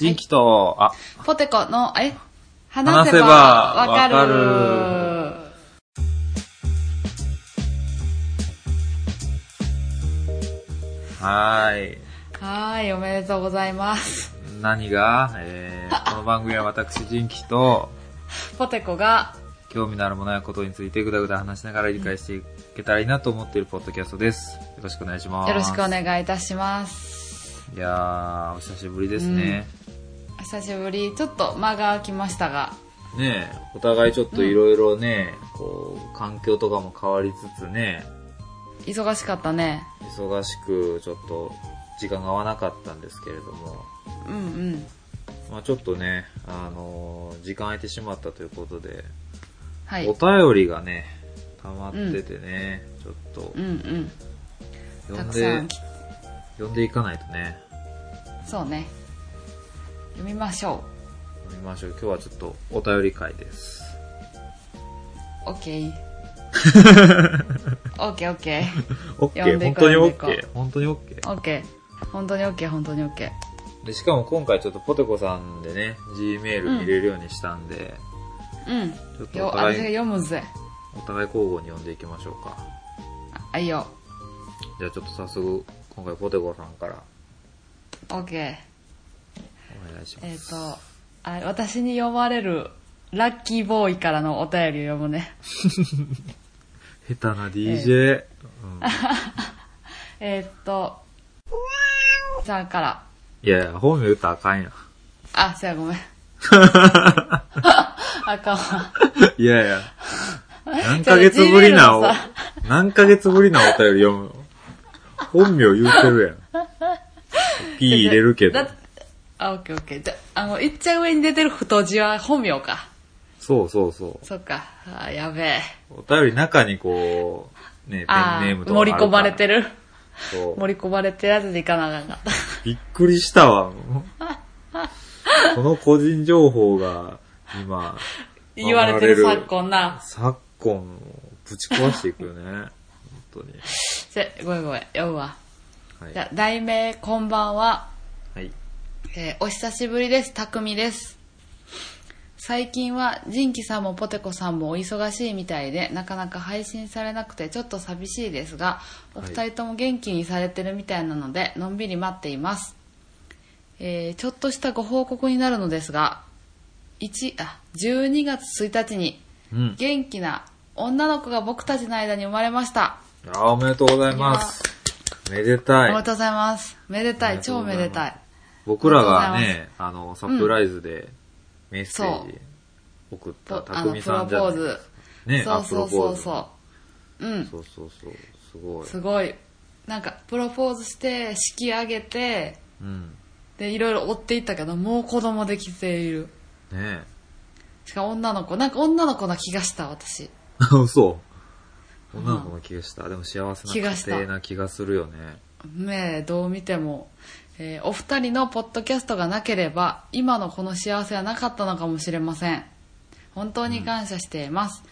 人気と、あ、ポテコの、え話話せせばばわかるわかるはーい。はーい、おめでとうございます。何が、えー、この番組は私、人気と、ポテコが、興味のあるものやことについてぐだぐだ話しながら理解していけたらいいなと思っているポッドキャストです。よろしくお願いします。よろしくお願いいたします。いやー、お久しぶりですね。お久しぶり。ちょっと間が空きましたが、ねえ、お互いちょっといろいろね、こう、環境とかも変わりつつね、忙しかったね。忙しくちょっと時間が合わなかったんですけれども、うんうん。まあちょっとね、あのー時間空いてしまったということで、はい。おう便りがね、溜まっててね、ちょっとんうん。読たんくさでん、き読んでいかないとね、そうね。読みましょ見ましょう。今日はちょっとお便り会です。う。オッケー。 オッケーオッケー。オッケ読ーんでい本こう当にオッ読んでケー本当にオッケーオッケー。本当にオッケー、本当にオッケー。で、しかも今回ちょっとポテコさんでね、G メール見れるようにしたんで、うん。ちょっとおよ、私が互い、読むぜ。お互い交互に読んでいきましょうか。あ、いいよ。じゃあちょっと早速、今回ポテコさんからオッケー。お願いしまえっ、す。と、あ、私に読まれるラッキーボーイからのお便りを読むね。下手な DJ。うん、えっ、と、さんから。いやいや、本名言ったらあかんやん。あ、せや ごめん。あかんわ。 いやいや。何ヶ月ぶりなおちょっと Gmail のさ、何ヶ月ぶりなお便り読むの。本名言うてるやん。P 入れるけどだ。あ、オッケーオッケー。じゃ、あの、いっちゃん上に出てる太字は本名か。そうそうそう。そっか。あ、やべえ。お便り中にこう、ね、ペあンネームとかもあ盛り込まれてるる。から。そう。盛り込まれてるやつでいかなあかん かった。びっくりしたわ。もうこの個人情報が今、言われてる昨今な。昨今をぶち壊していくよね。本当に。せ、ごめんごめん。読むわ。はいじ。ゃ、題名、こんばんは。はい。えーお久しぶりです。たくみです。最近は、ジンキさんもポテコさんもお忙しいみたいで、なかなか配信されなくてちょっと寂しいですが、お二人とも元気にされてるみたいなので、のんびり待っています。えーちょっとしたご報告になるのですが、1あ12月1日にうん。元気な女の子が僕たちの間に生まれました。あおめでとうございます。めでたおめいで。とうございます。めでたありい、がとう超ございめますでたい。僕らがありがとうございね、あの、サプライズでメッセージ送った、とたあくのみプさロんポじゃーないズ。ね、そあうプそロうそポうーズの。そう。うん、そうそうそう。すごい。すごい。なんか、プロポーズして、式上げて、うん。で、いろいろ追っていったけど、もう子供できている。ね しかも女の子、なんか女の子な気がした、私。そう。女の子の気がした。でも幸せ気ながした家庭な気がするよね。ねえ、どう見ても。えーお二人のポッドキャストがなければ、今のこの幸せはなかったのかもしれません。本当に感謝しています。うん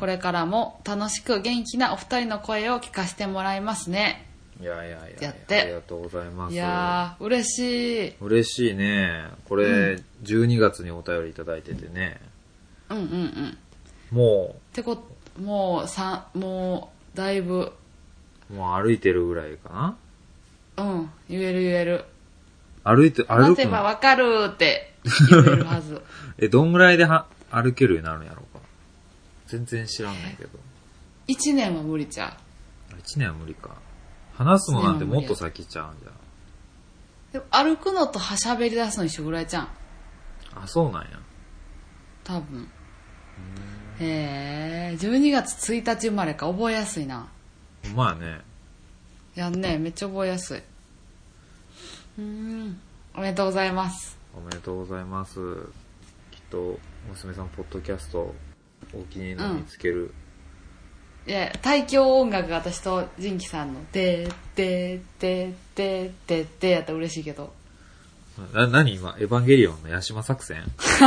これからも楽しく元気なお二人の声を聞かせてもらいますね。いやいやいやいややっ。あてりがとうございます。いやー、嬉しい。嬉しいね。これ、12月にお便りいただいててね。うんうんうん。もってこともうさもうだいぶう、もう歩いてるぐらいかうん言える言えるな歩いて、歩待くてばのわかるって言えるはず え、どんぐらいでは歩けるようになるんやろうか。全然知らんねんけど。 1年は無理ちゃ1年は無理か。話すのなんてもっと先ちゃうんじゃうでも歩くのとはしゃべり出すの一緒ぐらいちゃうんん。あ、そうなんや。多分へえ12月1日生まれか覚えやすいなほんまやね。やんねめっちゃ覚えやすいうーんおめでとうございますおめでとうございます。きっと、娘さん、ポッドキャスト、お気に入りの見つける。いや対響音楽が私とジンキさんの「でーでーでーでーでーでー」やったら嬉しいけどな、なに今、エヴァンゲリオンのヤシマ作戦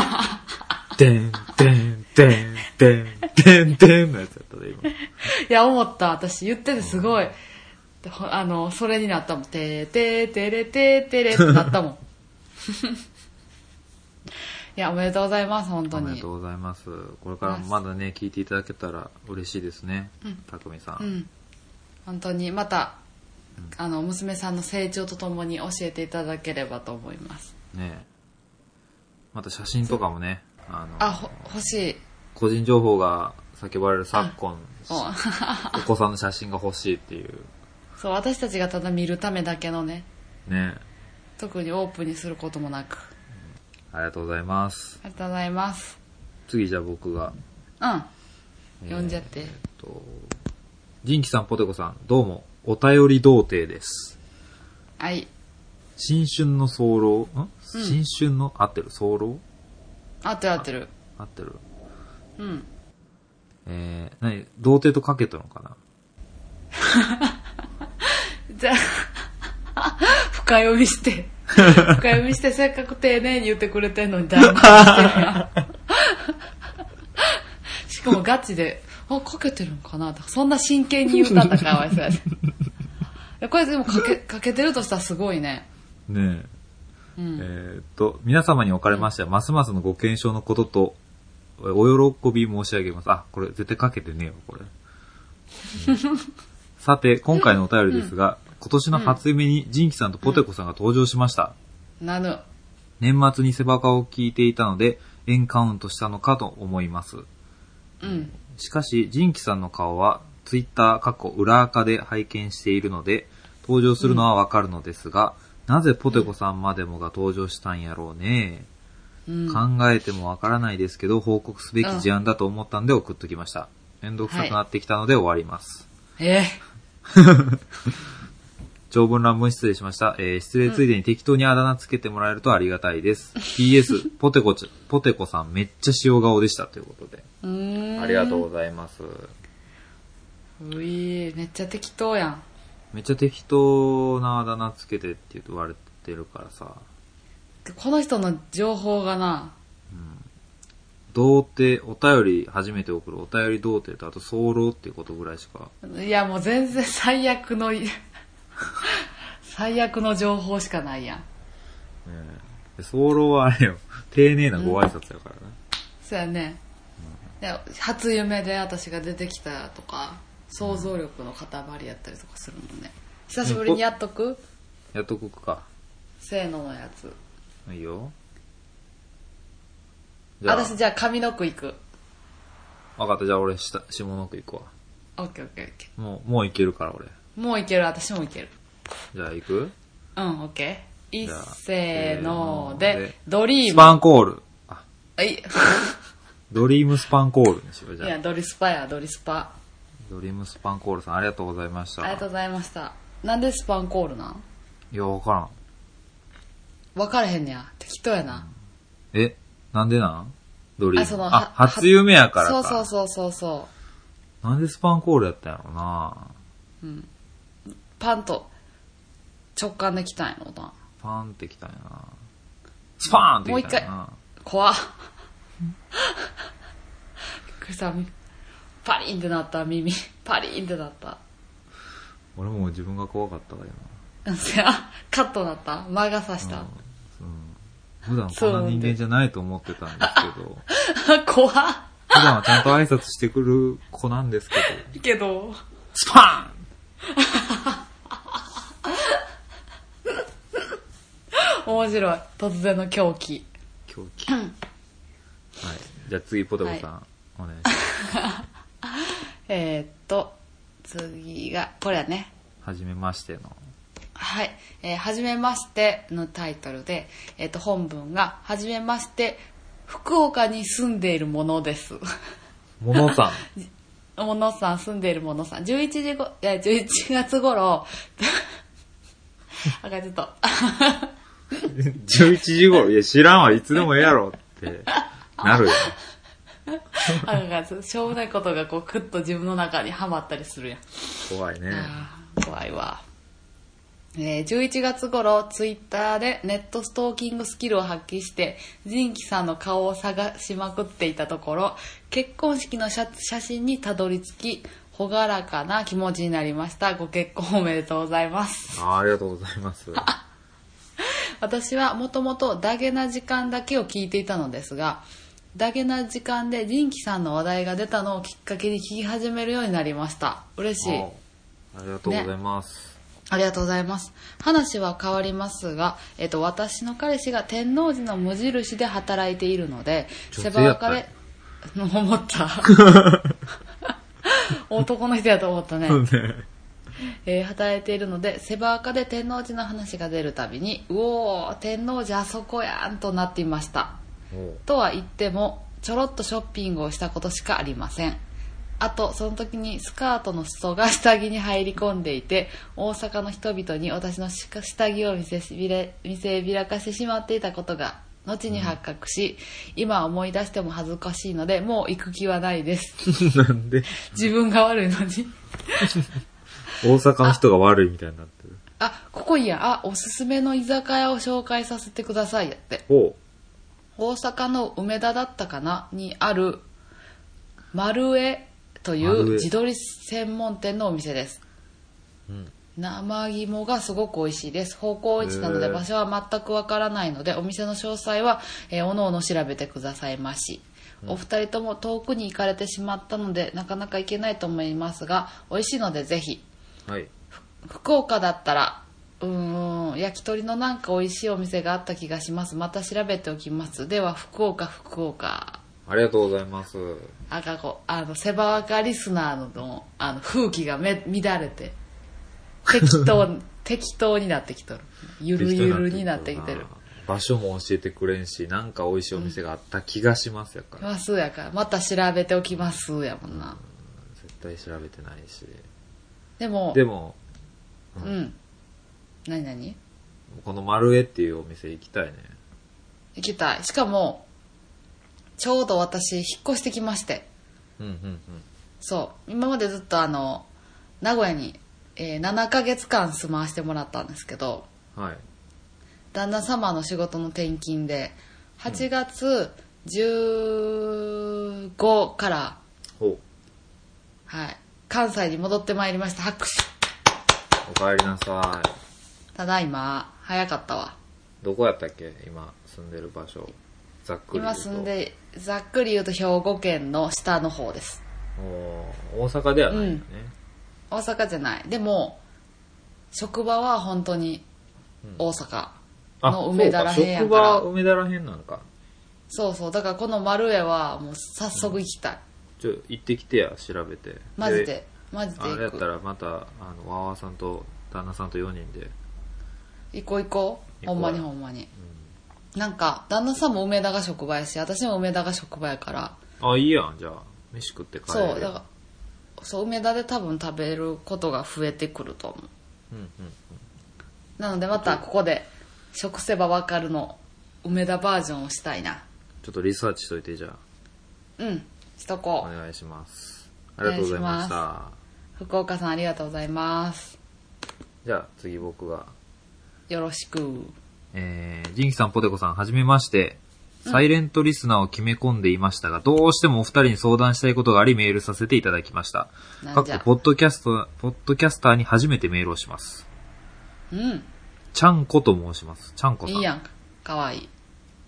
でん、でん、でん、でん、でん、でんのやつやったで、今。 いや、思った。私、言っててすごい。ほ あの、それになったもん。てーてーてれてーてれってなったもん。いや、おめでとうございます、本当おめでにとう。ございます。これからもまだね、聞いていただけたら嬉しいですねうん。たくみさ。うんん。本当に、また、あの、娘さんの成長とともに教えていただければと思います。ねまた写真とかもね、あの、あ、ほ欲しい。個人情報が叫ばれる昨今、お お子さんの写真が欲しいっていう、そう、私たちがただ見るためだけのね、ね特にオープンにすることもなく。ありがとうございます。ありがとうございます。次じゃあ僕が。うん。呼んじゃってえーっと、ジンキさん、ポテコさん、どうも、お便り童貞です。はい。新春の早漏、ん、新春の、合ってる早漏合ってる合ってる。合ってる。うん。えー、何童貞とかけたのかなじゃあ、 深読み して。深読みして、せっかく丁寧に言ってくれてんのに断 念 してるやん。しかもガチで、あ、かけてるんかなとかそんな真剣に言ったんだから、わいそう やでいやこれでもかけ、かけてるとしたらすごいね。ねうえ。えん。ーっと、皆様におかれましては、ますますのご検証のことと、お喜び申し上げます。あ、これ絶対かけてねえよ、これ。 うんさて、今回のお便りですが、今年の初夢にジンキさんとポテコさんが登場しました。なぬ。年末に背中を聞いていたので、エンカウントしたのかと思います。うん。しかし、ジンキさんの顔は、ツイッター過去裏垢で拝見しているので、登場するのはわかるのですが、なぜポテコさんまでもが登場したんやろうね。うん。考えてもわからないですけど、報告すべき事案だと思ったんで送っときました。めんどくさくなってきたので終わります。え長文乱文失礼しました。えー失礼ついでに適当にあだ名つけてもらえるとありがたいです。PS、ポテコち、ポテコさんめっちゃ塩顔でしたということで。うーん。ありがとうございます。う。ういめっちゃ適当やん。めっちゃ適当なあだ名つけてって言われてるからさ、この人の情報がな、童貞、お便り初めて送るお便り童貞とあと早漏っていうことぐらいしか、いやもう全然最悪の 最悪の情報しかないやんねえで早漏はあれよ、 丁寧なご挨拶やからな。そうやねいや初夢で私が出てきたとか想像力の塊やったりとかするもんね久しぶりにやっとくやっとこくか。せーののやついいよ。じゃあ、私じゃあ上の句いくわかった、じゃあ俺下、下の句行くわ。オッケーオッケーオッケもう、もういけるから俺。ーもういける私もいけるじゃあ行くうんオッケーいっじゃあせーのせーのででドリスームパンコール。あ、はいドリームスパンコールにしよう、いじゃやあ。ドリスパやドリスパドリームスパンコールさん、ありがとうございましあた。りがとうございましたなんでスパンコールなんいや、わからん。分からへんねや適当やな、え、なんでなんドリーム。あそのはあ、初夢やからそうか。そうそうそうそなんでスパンコールやったんやろなうパンと直感できたんやろなパンってきたんやなスパーンってきたんやな怖っびっくりしたパリンってなった耳パリンってなった俺もう自分が怖かったからな。なんせあカットなった魔が差した、うん普段こんな人間じゃないと思ってたんですけど、怖っ普段はちゃんと挨拶してくる子なんです けど、けどスパ面白い突然の狂気ーン狂気。はい。じゃあ次、ポテコさん、お願いします。えー、っと次がこれやねはじめましての。はい。えーはじめましてのタイトルで、えっ、と、本文が、はじめまして、福岡に住んでいるものです。ものさん。ものさん、住んでいるものさん。11時ご、いや、11月頃、 あかん、ちょっと、 11時頃、いや、知らんわ、いつでもええやろって、なるよ。あかんちょっとしょうもないことがこう、くっと自分の中にはまったりするやん。怖いね。あー怖いわ。えー11月頃、ツイッターでネットストーキングスキルを発揮して、ジンキさんの顔を探しまくっていたところ、結婚式の写写真にたどり着き、ほがらかな気持ちになりました。ご結婚おめでとうございます。あありがとうございます。私はもともとダゲな時間だけを聞いていたのですがダゲな時間で仁キさんの話題が出たのをきっかけに聞き始めるようになりました嬉しいあありがとうございます。ありがとうございます。話は変わりますが、えっと、私の彼氏が天王寺の無印で働いているので、女性セバやワったカんやで、思った。 男の人やと思ったね。 えー働いているので、セバワカで天王寺の話が出るたびに、うおー、天王寺あそこやんとなっていました。おうとは言ってもちょろっとショッピングをしたことしかありませんあとその時にスカートの裾が下着に入り込んでいて大阪の人々に私のしか下着を見せびれ見せびらかしてしまっていたことが後に発覚し、今思い出しても恥ずかしいのでもう行く気はないですなんで、自分が悪いのに大阪の人が悪いみたいになってる。あここいいやあおすすめの居酒屋を紹介させてくださいやっておう大阪の梅田だったかなにある丸江とい丸う江地鶏専門店のお店ですうん。生肝がすごく美味しいです方向一なのでへー場所は全くわからないのでお店の詳細は、えー、おのおの調べてくださいましお二人とも遠くに行かれてしまったのでなかなか行けないと思いますが美味しいのでぜひはい。福岡だったらうーん焼き鳥のなんか美味しいお店があった気がしますまた調べておきますでは福岡福岡ありがとうございます。あかこあのセバワカリスナーのあの風紀がめ乱れて適当適当になってきとるゆるゆるになってきてる場所も教えてくれんし、なんか美味しいお店があった気がしますやから。ますやからまた調べておきますやもんな絶対調べてないし。でもでも、うん何何この丸江っていうお店行きたいね。行きたいしかもちょうど私引っ越してきましてうんうんそう今までずっとあの名古屋に、えー7ヶ月間住まわしてもらったんですけどうん。はい。旦那様の仕事の転勤で8月15から、ほう。はい、関西に戻ってまいりました拍手おかえりなさい。ただいま早かったわどこやったっけ今住んでる場所。ざっくり言う今と。住んでざっくり言うと兵庫県の下の方ですおー大阪ではないよね。大阪じゃないでも職場は本当に大阪、あ、の梅田らへんやそうかか職場らは梅田らへんなんか。そうそうだからこの丸江はもう早速行きたい、ちょ、行ってきてや、調べて。マジで。マジであれや行ったくらまた、あの、わわさんと旦那さんと4人で。行こう行こう行こほうんまにほんまに、なんか旦那さんも梅田が職場やし私も梅田が職場やからあ、いいやん、じゃあ。飯食って帰れるやんそうだからそう梅田で多分食べることが増えてくると思うんうん。うなのでまたここで食せばわかるの梅田バージョンをしたいなちょっとリサーチしといて、じゃあ。うんしとこおう願いします。ありがとうございましおた。福岡さんありがとうございますじゃあ、次僕が。よろしくえー、ジンキさん、ポテコさん、はじめまして。サイレントリスナーを決め込んでいましたが、どうしてもお二人に相談したいことがありメールさせていただきました。なかんっじゃこ、ポッドキャスト、ポッドキャスターに初めてメールをします。うんちゃんこと申します。ちゃんこさん。いいやんかかわいい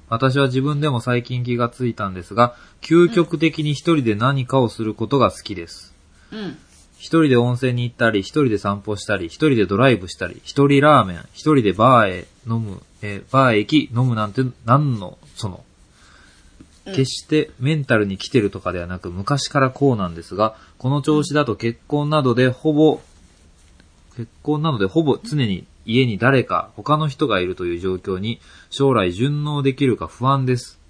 私は自分でも最近気がついたんですが、究極的に一人で何かをすることが好きです。うん一人で温泉に行ったり、一人で散歩したり、一人でドライブしたり、一人ラーメン、一人でバーへ飲む、えーバーへ行き飲むなんて何の、その。決してメンタルに来てるとかではなく、昔からこうなんですが、この調子だと結婚などでほぼ、結婚などでほぼ常に家に誰か他の人がいるという状況に将来順応できるか不安です。うん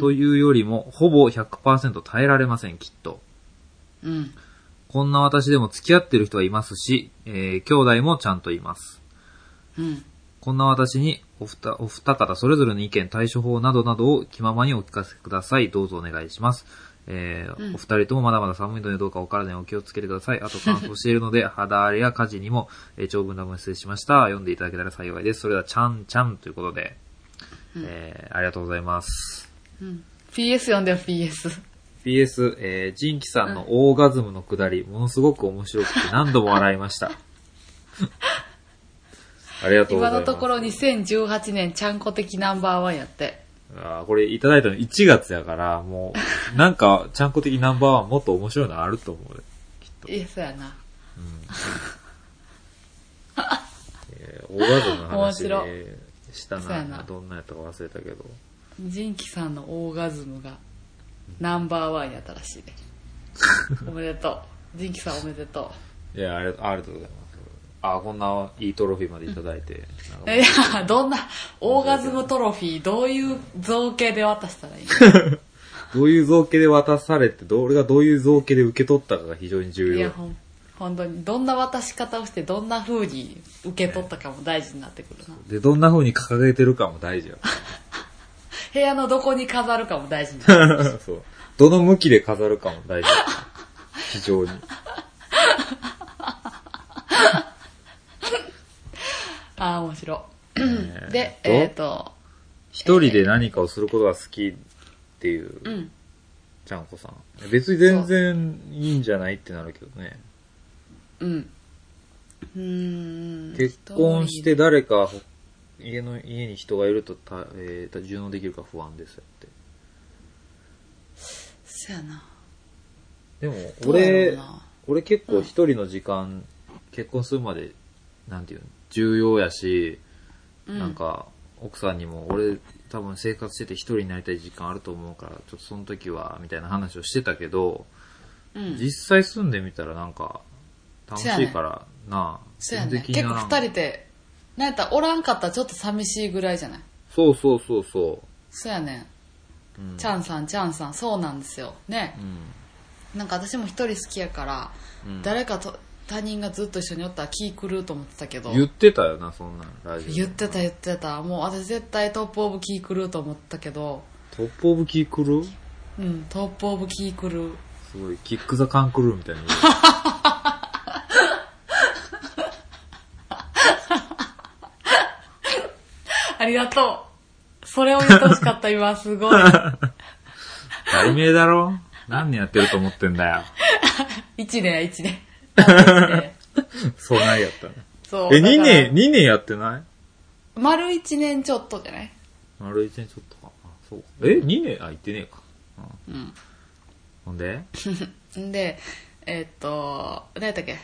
というよりも、ほぼ100%耐えられません、きっと。うんこんな私でも付き合ってる人はいますし、えー兄弟もちゃんといます。うんこんな私にお二、お二方それぞれの意見、対処法などなどを気ままにお聞かせください。どうぞお願いします。えーうんお二人ともまだまだ寒いのでどうかお体にお気をつけてください。あと乾燥しているの で、肌荒れや火事にも、えー長文乱文失礼しました。読んでいただけたら幸いです。それでは、ちゃんちゃんということで、えーありがとうございます。 PS 読んでよ PS PS、えー、ジンキさんのオーガズムの くだり、ものすごく面白くて何度も笑いました。ありがとうござ今います。のところ2018年ちゃんこ的ナンバーワンやって。あーこれいただいたの1月やから、もう、なんか、ちゃんこ的ナンバーワンもっと面白いのあると思うで。きっと。いや、そうやな。えー、オガズムの話面白でしたそうやななどんなやったか忘れたけど。ジンキさんのオーガズムがナンバーワンやったらしい で。おめでとう。ジンキさんおめでといや、ありありがとうございます。あー、こんないいトロフィーまでいただいて。なんう。かいや、どんな、オーガズムトロフィー、どういう造形で渡したらいいのどういう造形で渡されて、ど俺がどういう造形で受け取ったかが非常に重いや要。ほん本当にどんな渡し方をしてどんな風に受け取ったかも大事になってくるな、で、どんな風に掲げてるかも大事よ。 部屋のどこに飾るかも大事になるそう。どの向きで飾るかも大事よ。非常に。ああ面白いでどえっ、と一人で何かをすることが好きっていう、うんちゃんこさん。別に全然いいんじゃないってなるけどね。うんうーん結婚して誰か、家の、家に人がいるとた、えー、順応できるか不安ですって。そやなでも、どうやろう俺な、俺結構一人の時間、結婚するまで、なんていうの、重要やし、うんなんか、奥さんにも、俺、多分生活してて一人になりたい時間あると思うから、ちょっとその時は、みたいな話をしてたけど、うん実際住んでみたらなんか、楽しいから、なあ、そやね気に結な構らん二人でなんやったらおらんかったらちょっと寂しいぐらいじゃないそうそうそうそそやねう。うん。チャンさんチャンさんそうなんですよねうなんか私も一人好きやから、ん。うん誰かと他人がずっと一緒におったら気狂うと思ってたけど言ってたよな、そんなん、ラジオで。言ってた言ってたもう私絶対トップオブキークルーと思ったけどトップオブキークルーうんトップオブキークルーすごい、キックザカンクルーみたいな。ありがとうそれを言ってほしかった今すごい 題名だろ何年やってると思ってんだ よ。 1年や1年 一年そうないやったね。そうえ、だから2年、2年やってない丸1年ちょっとじゃない丸一年ちょっとか。あ、そうか。え、2年あ、行ってねえか。うん。うんほんでんでえーっと何やったっけ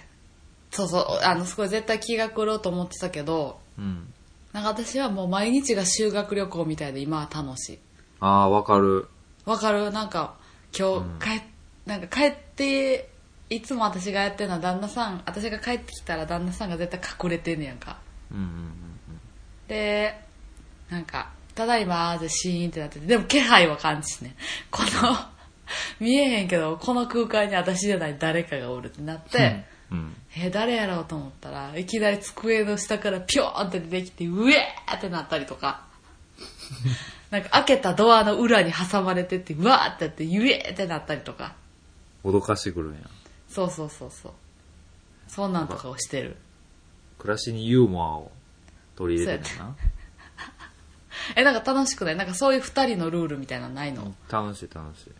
そうそうあのすごい絶対気が狂うと思ってたけどうん。なんか私はもう毎日が修学旅行みたいで今は楽しいあー、わかる。わかるなんか今うん日帰,、なんか帰っていつも私がやってるのは旦那さん私が帰ってきたら旦那さんが絶対隠れてんねやんかうんうんでなんか「ただいま」でシーンってなっててでも気配は感じしねこの 見えへんけどこの空間に私じゃない誰かがおるってなって、うん。うん。え誰やろうと思ったらいきなり机の下からピョーンって出てきてうえーってなったりと かなんか開けたドアの裏に挟まれてってうわーってやってうえーってなったりとか脅かしてくるんや。そうそうそうそうそんなんとかをしてる暮らしにユーモアを取り入れてんだな。えなんか楽しくないなんかそういう二人のルールみたいなのないの、楽しい楽しい。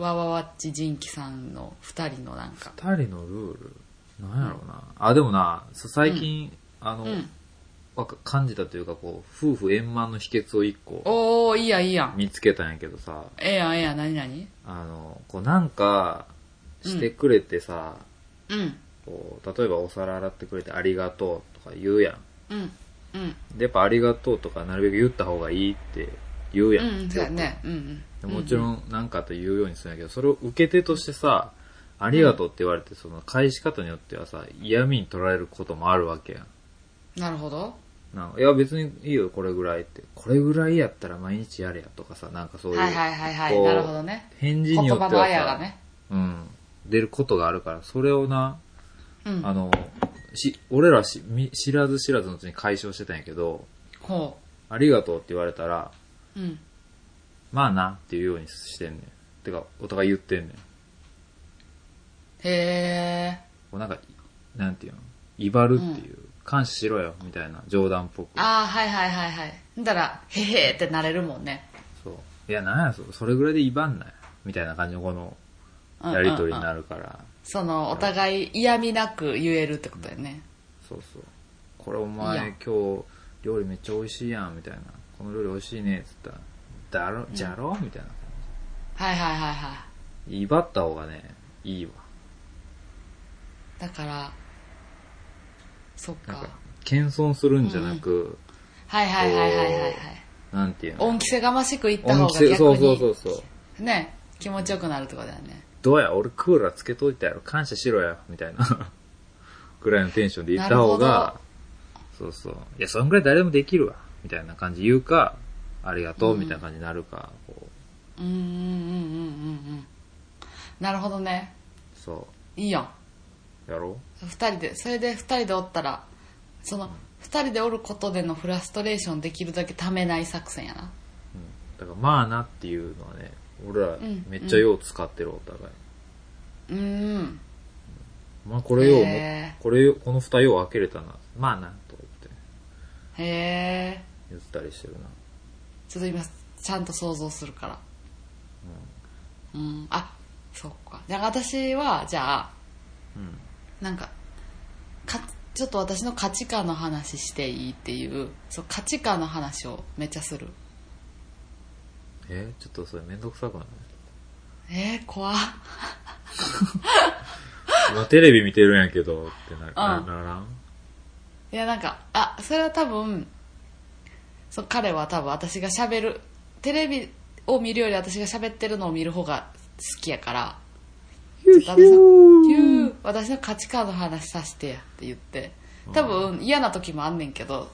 わわわっちじんきさんの二人のなんか二人のルールなんやろうな、あでもなそう最近、あの、うんわか感じたというかこう夫婦円満の秘訣を一個おおいいやんいいやん見つけたんやけどさええやんええやん何何あのこうなんかしてくれてさ、うんこう例えばお皿洗ってくれてありがとうとか言うやうんうんんでやっぱありがとうとかなるべく言った方がいいって言うやん、うんそうやねうんでうんもちろん何かと言うようにするんやけど、それを受け手としてさありがとうって言われてその返し方によってはさ嫌味に取られることもあるわけやんなるほどなんかいや別にいいよこれぐらいってこれぐらいやったら毎日やれやとかさなんかそういう、はいはいはいはいこうなるほどね返事言によって葉はのさあやがねうん、出ることがあるからそれをな、うんあのし俺らしみ知らず知らずのうちに解消してたんやけどほ「ありがとう」って言われたらううん「まあな」っていうようにしてんねんてかお互い言ってんねんこへえうなんかなんていうの威張るっていう、感謝しろよみたいな冗談っぽくああはいはいはいはいだからへへーってなれるもんねそういやなんやそそれぐらいで威張んなよみたいな感じのこのうんやりとりにうんうなんるから、そのお互い嫌味なく言えるってことだよねそうそう。これおいや前今日料理めっちゃ美味しいやんみたいなこの料理美味しいねっつったらだろじゃろ、みたいなはいはいはいは威張った方がねいいわいだからそっかなんか謙遜するんじゃなく、はいはいはいはいはいはいなんていうの恩着せがましくいった方が恩逆にそうそうそうそうね気持ちよくなるとかだよねどうや俺クーラーつけといたやろ感謝しろやみたいな ぐらいのテンションで言った方なるがそうそういやそんぐらい誰でもできるわみたいな感じ言うかありがとうみたいな感じになるか、こううんうんうんうんうんうんなるほどねそいいやんうやろ二人でそれで二人でおったらその二人でおることでのフラストレーションできるだけためない作戦やなだからまあなっていうのはね俺らんめっちゃよう使ってるお互い、うーんまあこれようも、へこれよこの蓋よう開けれたなまあなと思ってへえ言ったりしてるなちょっと今ちゃんと想像するからうん、あそっかじゃあ私はじゃあうんなんかかちょっと私の価値観の話していいっていうそう価値観の話をめっちゃするえちょっとそれめんどくさくないえー、怖っ今テレビ見てるんやけどってな,、なうんならんいやなんかあそれは多分そう彼は多分私が喋るテレビを見るより私が喋ってるのを見る方が好きやからちょっと私のヒュー私の価値観の話させてやって言って多分嫌な時もあんねんけど、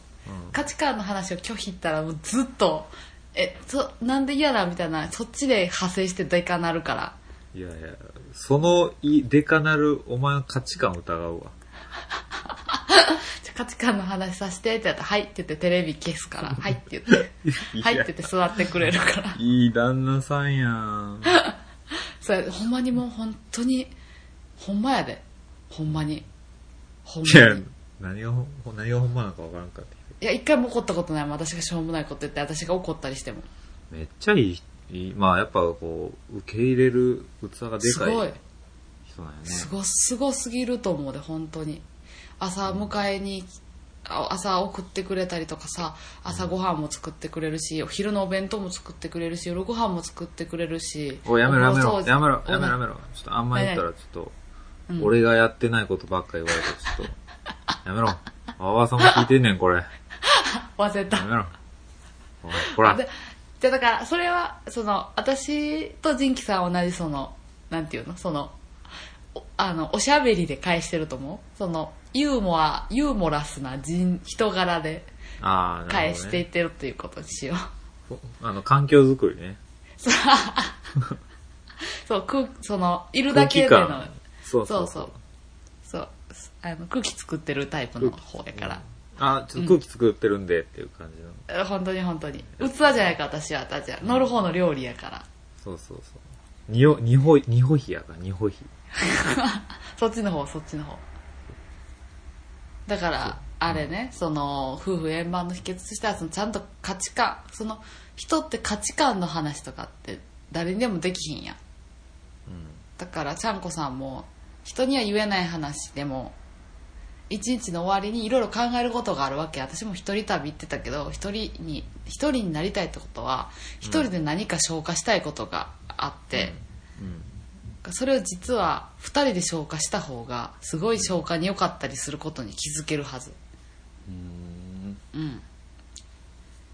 価値観の話を拒否ったらもうずっと「えそなんで嫌だ?」みたいなそっちで派生してでかなるからいやいや、そのい、でかなるお前の価値観を疑うわ。じゃあ価値観の話させてってやったら「はい」って言ってテレビ消すから「はい」って言って「 はい」って言って座ってくれるから。いい旦那さんや ん。それほんまにもう本当にほんまやでほんまにほんいまやに、何がほん、何がほんまなのかわからんかって。いや一回も怒ったことないもん私がしょうもないこと言って私が怒ったりしてもめっちゃいい、いいまあやっぱこう、受け入れる器がですかいごい人なんやね。すごすごすぎると思うで本当に朝迎えにあ朝送ってくれたりとかさ朝ご飯も作ってくれるしお昼のお弁当も作ってくれるし夜ご飯も作ってくれるしおいやめろやめおろ、掃除やめろ、やめろ、おやめろ。ちょっとあんま言ったらちょっと、うん俺がやってないことばっか言われて、ちょっと、やめろ。おばさんも聞いてんねん、これ。や忘れためろ。おいほらで。じゃあだからそれはその私と仁キさんは同じそのなんていうのそのおあのおしゃべりで返してると思うそのユーモアユーモラスな人人柄でああ、なる返ほど、していっね。てるっていうことにしよう、あの、環境づくりね。そう そう空そのいるだけで空気の感そうそそううそそうう。そうあの空気作ってるタイプの方やから、あ、ちょっと空気作ってるんでっていう感じの。え本当に本当に器じゃないか私は私は乗る方の料理やからそうそうそう。にほ、にほ、にほひやか、にほひ。そっちの方そっちの方だからあれねその夫婦円満の秘訣としてはそのちゃんと価値観その人って価値観の話とかって誰にでもできひんやんだからちゃんこさんも人には言えない話でも一日の終わりにいろいろ考えることがあるわけ私も一人旅行ってたけど一人に一人になりたいってことは一人で何か消化したいことがあって、うん。それを実は2人で消化した方がすごい消化に良かったりすることに気づけるはずうん。うん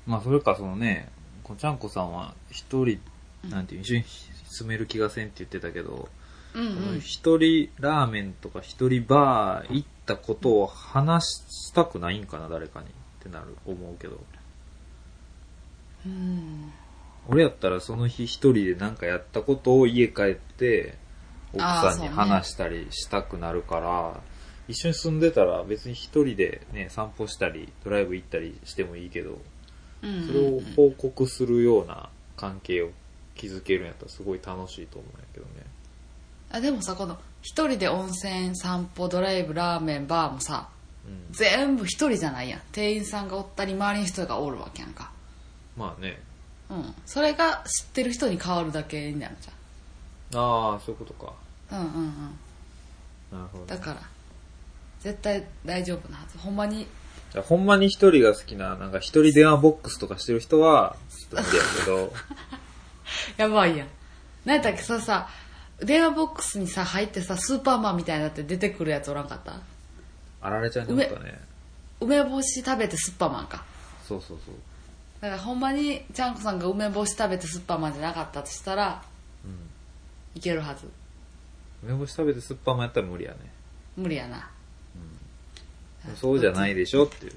まあ、それか、そのね、こちゃんこさんは一人、なんていう、一緒に住める気がせんって言ってたけど、うんそうのん一人ラーメンとか一人バー行ったことを話したくないんかな、誰かに。ってなる、思うけど。うん俺やったらその日一人で何かやったことを家帰って奥さんにあーそうね話したりしたくなるから、一緒に住んでたら別に一人でね散歩したりドライブ行ったりしてもいいけどうんうんそれを報告するような関係を築けるんやったらすごい楽しいと思うんやけどねあでもさこの一人で温泉散歩ドライブラーメンバーもさうん全部一人じゃないやん店員さんがおったり周りに人がおるわけやんかまあねうんそれが知ってる人に変わるだけになるじああそういうことかゃんうんうんうんなるほどだから絶対大丈夫なはずほんまにじゃあほんまに一人が好きな、なんか一人電話ボックスとかしてる人は、ちょっと無理やけど、やばいやん。なんやったっけ、それさ、電話ボックスにさ、入ってさ、スーパーマンみたいになって出てくるやつおらんかったあられちゃんになったね。梅干し食べてスッパーマンか。そうそうそう。だからほんまに、ちゃんこさんが梅干し食べてスッパーマンじゃなかったとしたら、うん。いけるはず。梅干し食べてスッパーマンやったら無理やね。無理やな。そうじゃないでしょっていう。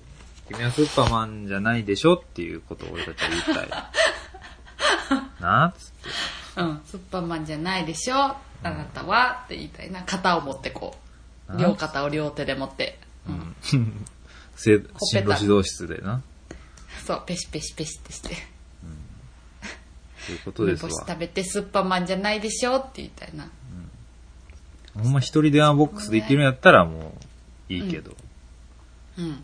君はスッパーマンじゃないでしょっていうことを俺たちは言い たい。なあつって。うん、スッパーマンじゃないでしょ、あなたはって言いたいな。肩を持ってこうう。ん両肩を両手で持って。ううんん。せ進路指導室でな。そう、ペシペシペシってして。ということ梅です干しわ。食べてスッパーマンじゃないでしょって言いたいな。ほんま一人電話ボックスでいけるんやったらもういいけど。うん。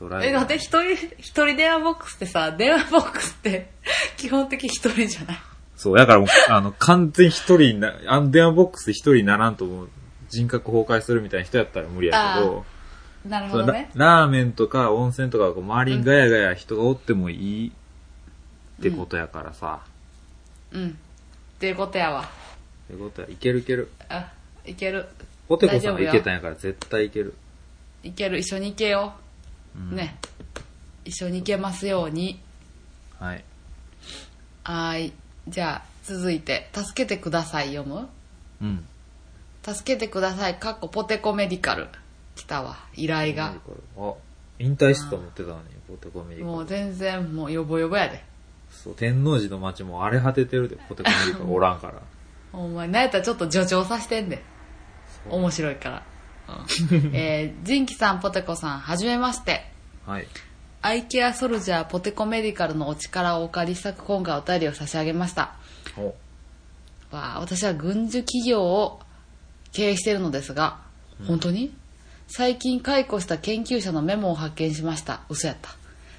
ドライえ、バだーって一人、一人電話ボックスってさ、電話ボックスって、 基本的に一人じゃない。そう、だからもう、あの、完全に一人にな、あの電話ボックスで一人にならんともう人格崩壊するみたいな人やったら無理やけど、なるそほうどね。ララーメンとか温泉とかこう周りにガヤガヤ人がおってもいいってことやからさ、うん。っていうことやわ。ってことや、いけるいける。あ、いける。ポテコさん大丈が夫よいけたんやから絶対いける。いける。一緒に行けよ。ね。一緒に行けますように。はい。はーい。じゃあ、続いて、助けてください読むうん。助けてください、かっこポテコメディカル。来たわ、依頼が。あ、引退してた思ってたのに、ポテコメディカルもう全然、もうヨボヨボやで。そう、天王寺の街も荒れ果ててるで、ポテコメディカルおらんから。お前、なんやったらちょっと助長させてんで。面白いから。うん、 えー、ジンキさん、ポテコさん、はじめまして。はい。アイケアソルジャーポテコメディカルのお力をお借りしたく今回お便りを差し上げました。お、わあ私は軍需企業を経営しているのですが、本当に最近解雇した研究者のメモを発見しました嘘やった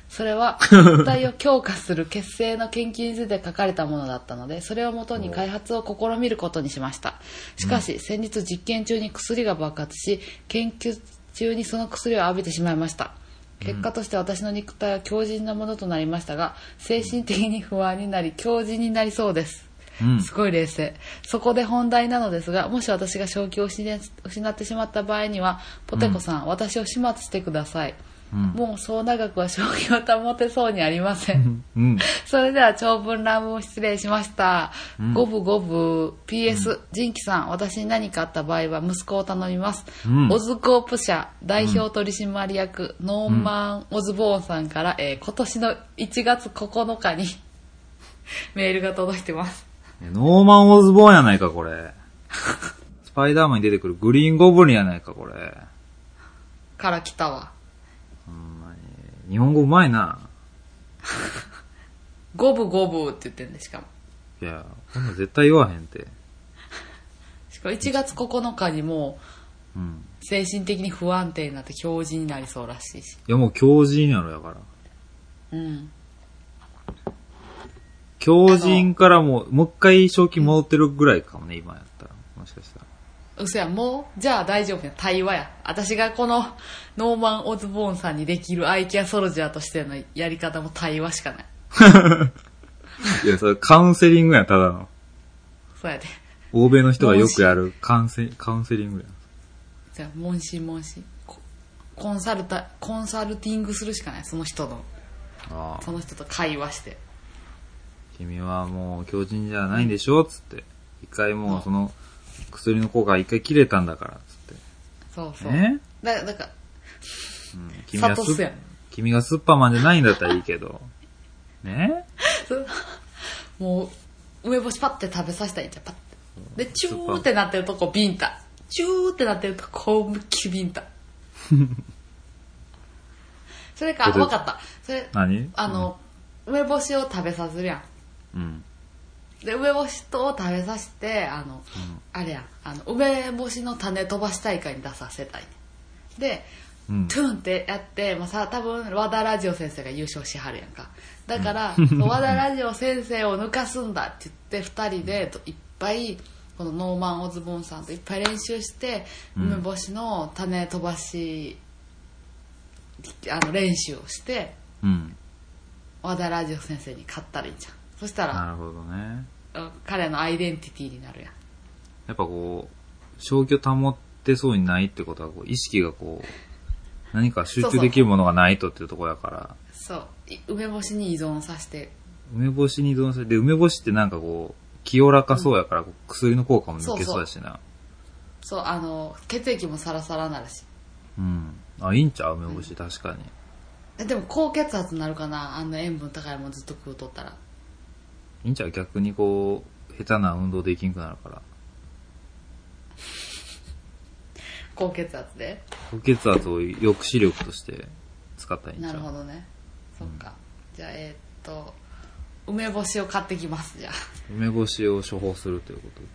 それは物体を強化する結成の研究について書かれたものだったのでそれをもとに開発を試みることにしましたしかし、先日実験中に薬が爆発し研究中にその薬を浴びてしまいました結果として私の肉体は強靭なものとなりましたが精神的に不安になり強靭になりそうですうんすごい冷静。そこで本題なのですが、もし私が正気を失失ってしまった場合には、ポテコさん、私を始末してください。もうそう長くは正気を保てそうにありません。うん。 それでは長文乱文失礼しました。五分五分 PS、ジンキさん、私に何かあった場合は息子を頼みます。うんオズコープ社代表取締役、ノーマン・オズボーンさんから、えー今年の1月9日に メールが届いてます。えノーマン・オズボーンやないか、こ れ。スパイダーマンに出てくるグリーンゴブリンやないか、これ。から来たわ。ほんまに。日本語うまいな。五分五分って言ってんで、しかも。いや、こんなん絶対言わへんて。しかも1月9日にもうん。う精神的に不安定になって強靭になりそうらしいし。いや、もう強靭やろ、やから。うん。強靭からもう、もう一回正気戻ってるぐらいかもね、今やったら。もしかしたら。嘘や、もう、じゃあ大丈夫や。対話や。私がこのノーマン・オズボーンさんにできるアイケアソルジャーとしてのやり方も対話しかない。いや、それカウンセリングや、ただの。そうやで。欧米の人がよくやるカウンセカウンセリングや。じゃあ、問診問診。こコンサルタ、コンサルティングするしかない。その人の、ああそ。の人と会話して。君はもう強靭じゃないんでしょつって。一回もうその、薬の効果が一回切れたんだから、つっそうて。そう。ねだだから、うん君は諭すやスん、君がスッパーマンじゃないんだったらいいけど。ねそう もう梅干しパッて食べさせたらいいじゃんパッてでチューってなってるとこビンタチューってなってるとこうむきビン タそれかどういう分かったそれ何あ、の、梅干しを食べさせるやうん。んで梅干しとを食べさせてあの、あれやんあの梅干しの種飛ばし大会に出させたいねでうんト。ゥーンってやって、まあ、さ多分和田ラジオ先生が優勝しはるやんかだから、そう和田ラジオ先生を抜かすんだって言って2人でいっぱいこのノーマン・オズボーンさんといっぱい練習してうん梅干しの種飛ばしあの練習をしてうん。和田ラジオ先生に買ったらいいじゃんそしたならるほどね。うん彼のアイデンティティになるやんやっぱこう、消去保ってそうにないってことは、こう、意識がこう、何か集中できるものがないとっていうところやから、そうい梅干しに依存させて梅干しに依存する。で、梅干しってなんかこう、清らかそうやから、こう薬の効果も抜けそうやしな。そうあの血液もサラサラなるしうん。あ、いいんちゃう梅干し、確かに。えでも高血圧になるかなあんな塩分高いもんずっと食うとったらいいんちゃう逆にこう、下手な運動できんくなるから。高血圧で高血圧を抑止力として使ったらいいんちゃなうるほどねそっか、じゃあえーっと梅干しを買ってきますじゃあ 梅干しを処方するということで。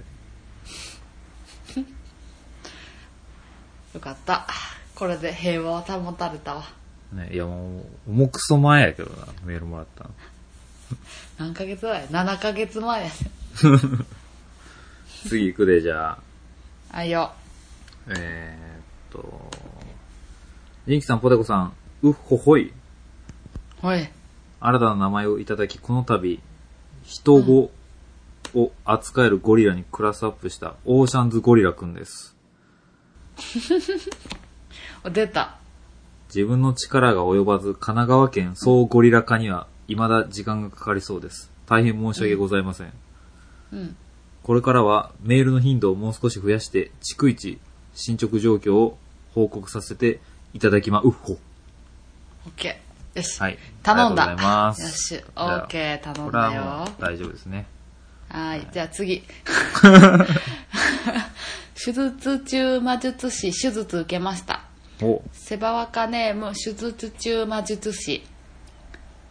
よかったこれで平和は保たれたわね、いやもう、重くそ前やけどな、メールもらったの。何ヶ月前 ?7 ヶ月前や ね次行くで、じゃあ。あいよえー、っと、ジンキさん、ポテコさん、うっほほい。ほい新たな名前をいただき、この度、人語を扱えるゴリラにクラスアップした、オーシャンズゴリラくんです。お出た自分の力が及ばず、神奈川県総ゴリラ化には、未だ時間がかかりそうです。大変申し訳ございません。うんこれからはメールの頻度をもう少し増やして、逐一進捗状況を報告させていただきま、うっほ。 OK よし、はい。頼んだありがとうございます。よしじゃあ OK 頼んこれだよはもう大丈夫ですね。はい、じゃあ 次。手術中魔術師、手術受けました。お、セバワカネーム、手術中魔術師。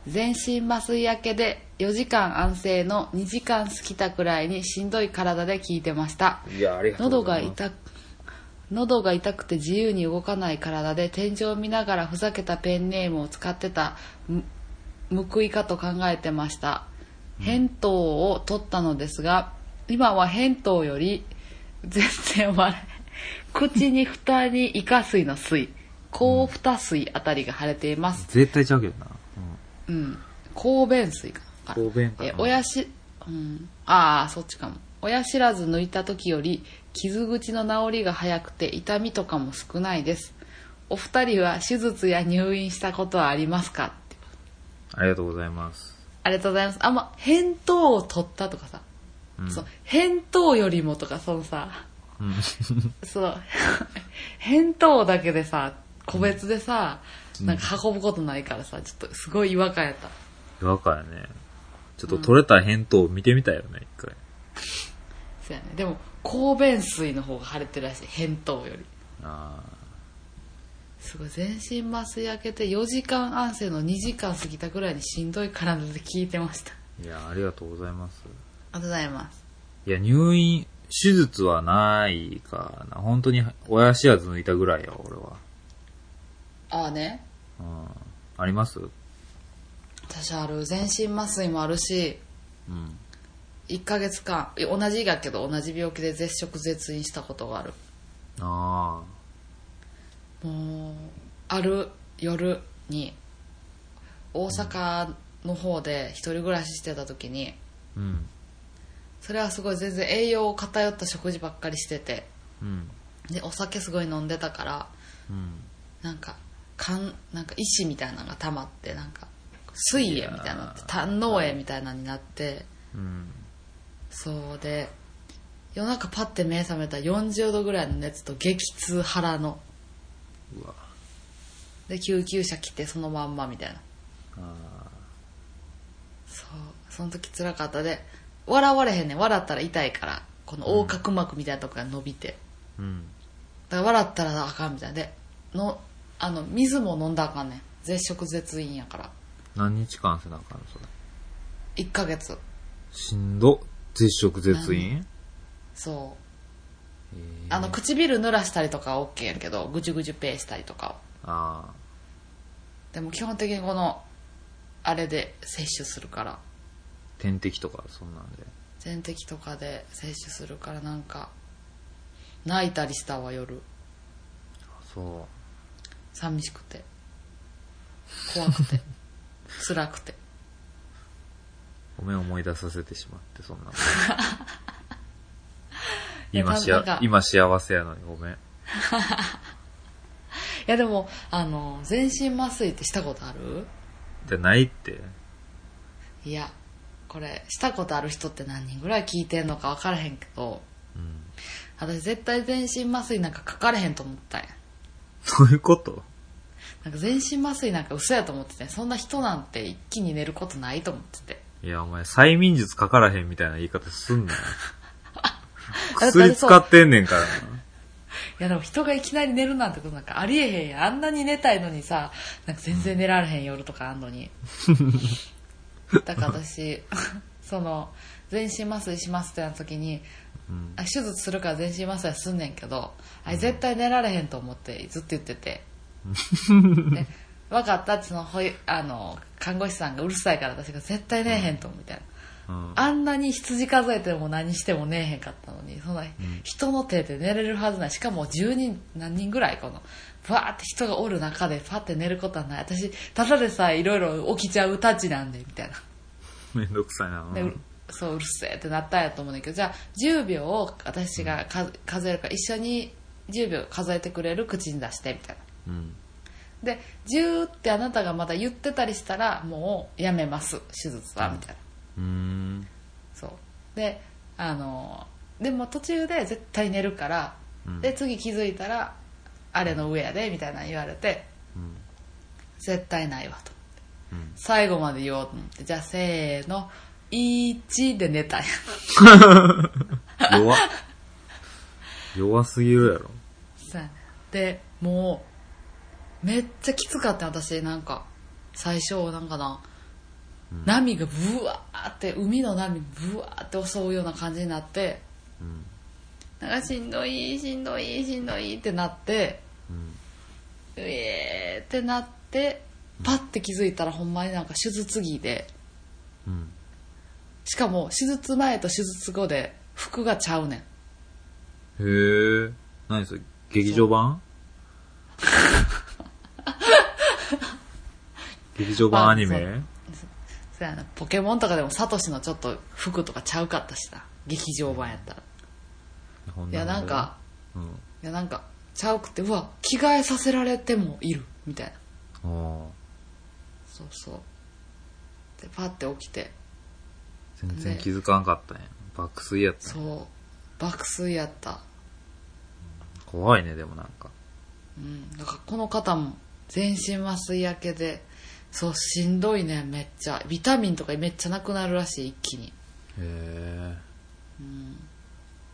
全身麻酔明けで4時間安静の2時間過ぎたくらいにしんどい体で聞いてました。いや、ありがとう喉ござがいます。痛く喉が痛くて自由に動かない体で天井を見ながらふざけたペンネームを使ってたむ報いかと考えてました返答を取ったのですが今は返答より全然割れ口に蓋にイカ水の水高蓋水あたりが腫れています絶対ちゃうけどな。うん高便水かあうん。弁かなえ親し、うん、ああそっちかも親知らず抜いた時より傷口の治りが早くて痛みとかも少ないですお二人は手術や入院したことはありますかってありがとうございます。ありがとうございますあんま返答を取ったとかさ、うんそう返答よりもとかそのさうん。そう返答だけでさ個別でさ、なんか運ぶことないからさちょっとすごい違和感やった違和感やね。ちょっと取れた返答を見てみたいよね、一回。そうやねでも高便水の方が腫れてるらしい返答よりあすごい全身麻酔開けて4時間安静の2時間過ぎたぐらいにしんどい体で聞いてましたあーいや、ありがとうございます。りがとうございますいや、入院、手術はないかな。本当に親知らず抜いたぐらいよ、俺は。ああねうん。あります私ある全身麻酔もあるしうん。 1ヶ月間いや同じだけど同じ病気で絶食絶飲したことがあるあもうある夜に大阪の方で一人暮らししてた時にあ。うん。それはすごい全然栄養を偏った食事ばっかりしててうん。でお酒すごい飲んでたからうん。なんかかんなんか石みたいなのが溜まってなんか水い炎みやーたいなのって胆の炎みたいなのになってうん。そうで夜中パッて目覚めたら40度ぐらいの熱と激痛腹のうわ。で救急車来てそのまんまみたいなあそうその時辛かったで笑われへんねん笑ったら痛いからこの横隔膜みたいなとこが伸びて、ーうん。だから笑ったらあかんみたいでのあの水も飲んだらあかんねん絶食絶飲やから何日間せなあかんのそれ。 1ヶ月しんど。絶食絶飲そうえーあの唇濡らしたりとかは OK やけどぐちゅぐちゅペーしたりとかはあでも基本的にこのあれで摂取するからー点滴とか、そんなんで。点滴とかで摂取するからなんか泣いたりしたわ夜そう。寂しくて怖 くて辛くてごめん思い出させてしまって、そんな の。いや今しなんかあ、今幸せやのにごめん。いやでもあの全身麻酔ってしたことあるじゃないって。いやこれしたことある人って何人ぐらい聞いてんのか分からへんけどうん。私絶対全身麻酔なんかかかれへんと思ったんやそういうことなんか全身麻酔なんか嘘やと思っててそんな人なんて一気に寝ることないと思ってていや、お前、催眠術かからへんみたいな言い方す んなよ。だってあれ薬そう使ってんねんからな。いやでも人がいきなり寝るなんてことなんかありえへんやんあんなに寝たいのにさなんか全然寝られへん夜とかあんのにだから私 その全身麻酔しますってなった時にうん。あ手術するから全身麻酔はすんねんけどあれ絶対寝られへんと思ってずっと言って てで分かったってそのほいあの看護師さんがうるさいから私が絶対寝えへんと思うみたいなうん。あんなに羊数えても何しても寝えへんかったのにそんな人の手で寝れるはずないしかも10人何人ぐらいこのバーって人がおる中でパッて寝ることはない私ただでさえいろいろ起きちゃうたちなんでみたいなめんどくさいな。うんでうそううるせえってなったんやと思うんだけどじゃあ10秒を私がか数えるから一緒に10秒数えてくれる口に出してみたいなうん。で10ってあなたがまだ言ってたりしたらもうやめます手術はみたいなうーん。そうであのでも途中で絶対寝るから、うんで次気づいたらあれの上やでみたいなの言われてうん。絶対ないわとうん。最後まで言おうと思ってじゃあせーの1で寝たんや弱っ。弱すぎるやろ。そうでもうめっちゃきつかった私なんか最初なんかな、波がブワーって海の波ブワーって襲うような感じになってうん。なんかしんどいしんどいしんどいってなってうん。うえーってなってパッて気づいたらほんまになんか手術着でうん。しかも手術前と手術後で服がちゃうねんへえ。何それ劇場 版劇場版アニまあメそやなポケモンとかでもサトシのちょっと服とかちゃうかったしな劇場版やったらほいやなんか。うん。いやなんかちゃうくてうわ着替えさせられてもいるみたいなああ。そうそうでパッて起きて全然気づかんかったね。爆睡やったね。そう爆睡やった怖いね、でもなんか。うんだからこの方も全身麻酔明けでそうしんどいねめっちゃビタミンとかめっちゃなくなるらしい一気にへえ。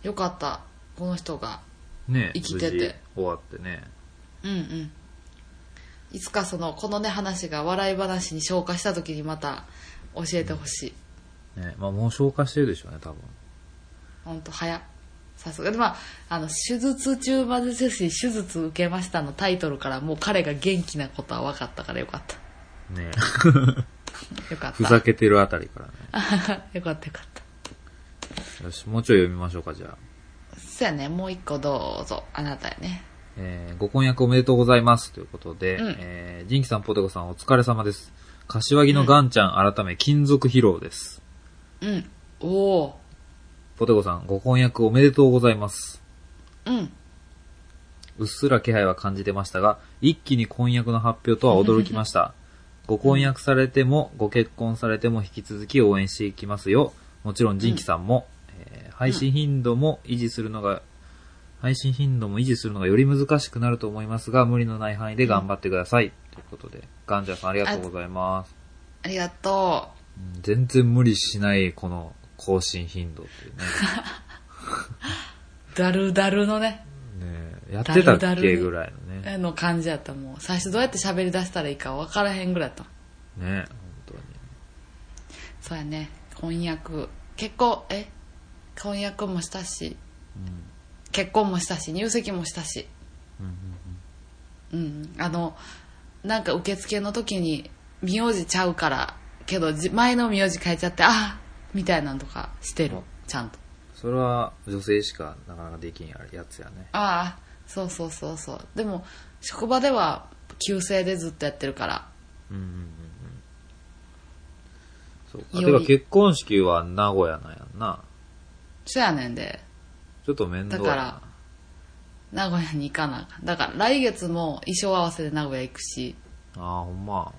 よかったこの人がね生きてて無事終わってね。うんうんいつかそのこのね話が笑い話に消化した時にまた教えてほしいねまあもう消化してるでしょうね、多分。ほんと早っさすがでまああの「手術中までせし手術受けました」のタイトルからもう彼が元気なことは分かったからよかったねよかったふざけてるあたりからね。 よかったよかったよし、もうちょい読みましょうか、じゃあ。そやねもう一個どうぞあなたやねえーご婚約おめでとうございますということで、うんえージンキさん、ポテコさんお疲れ様です。柏木のガンちゃん改め金属疲労です。うんおおポテコさん、ご婚約おめでとうございます。うんうっすら気配は感じてましたが、一気に婚約の発表とは驚きま した。ご婚約されても、ご結婚されても引き続き応援していきますよ。もちろん、ジンキさんも、えー配信頻度も維持するのが、配信頻度も維持するのがより難しくなると思いますが、無理のない範囲で頑張ってください。ということで、ガンジャーさんありがとうございます。ありがとうん全然無理しない、この更新頻度っていうね。うだるだるのね ねえやってたっだるだけるぐらいのね。の感じやったもう最初どうやって喋り出したらいいか分からへんぐらいやったねえ本当に。そうやね婚約結婚え婚約もしたしうん結婚もしたし入籍もしたしうんうんうんうんあのなんか受付の時に名字ちゃうからけどじ前の名字変えちゃってあみたいなんとかしてるちゃんとそれは女性しかなかなかできんややつやね。ああそうそうそうそうでも職場では旧姓でずっとやってるからうんうんうんうん。そうか。よりてか結婚式は名古屋なんやんな。そやねんで、ちょっと面倒やな。だから名古屋に行かなあかん。だから来月も衣装合わせで名古屋行くし、ああ、ほんま。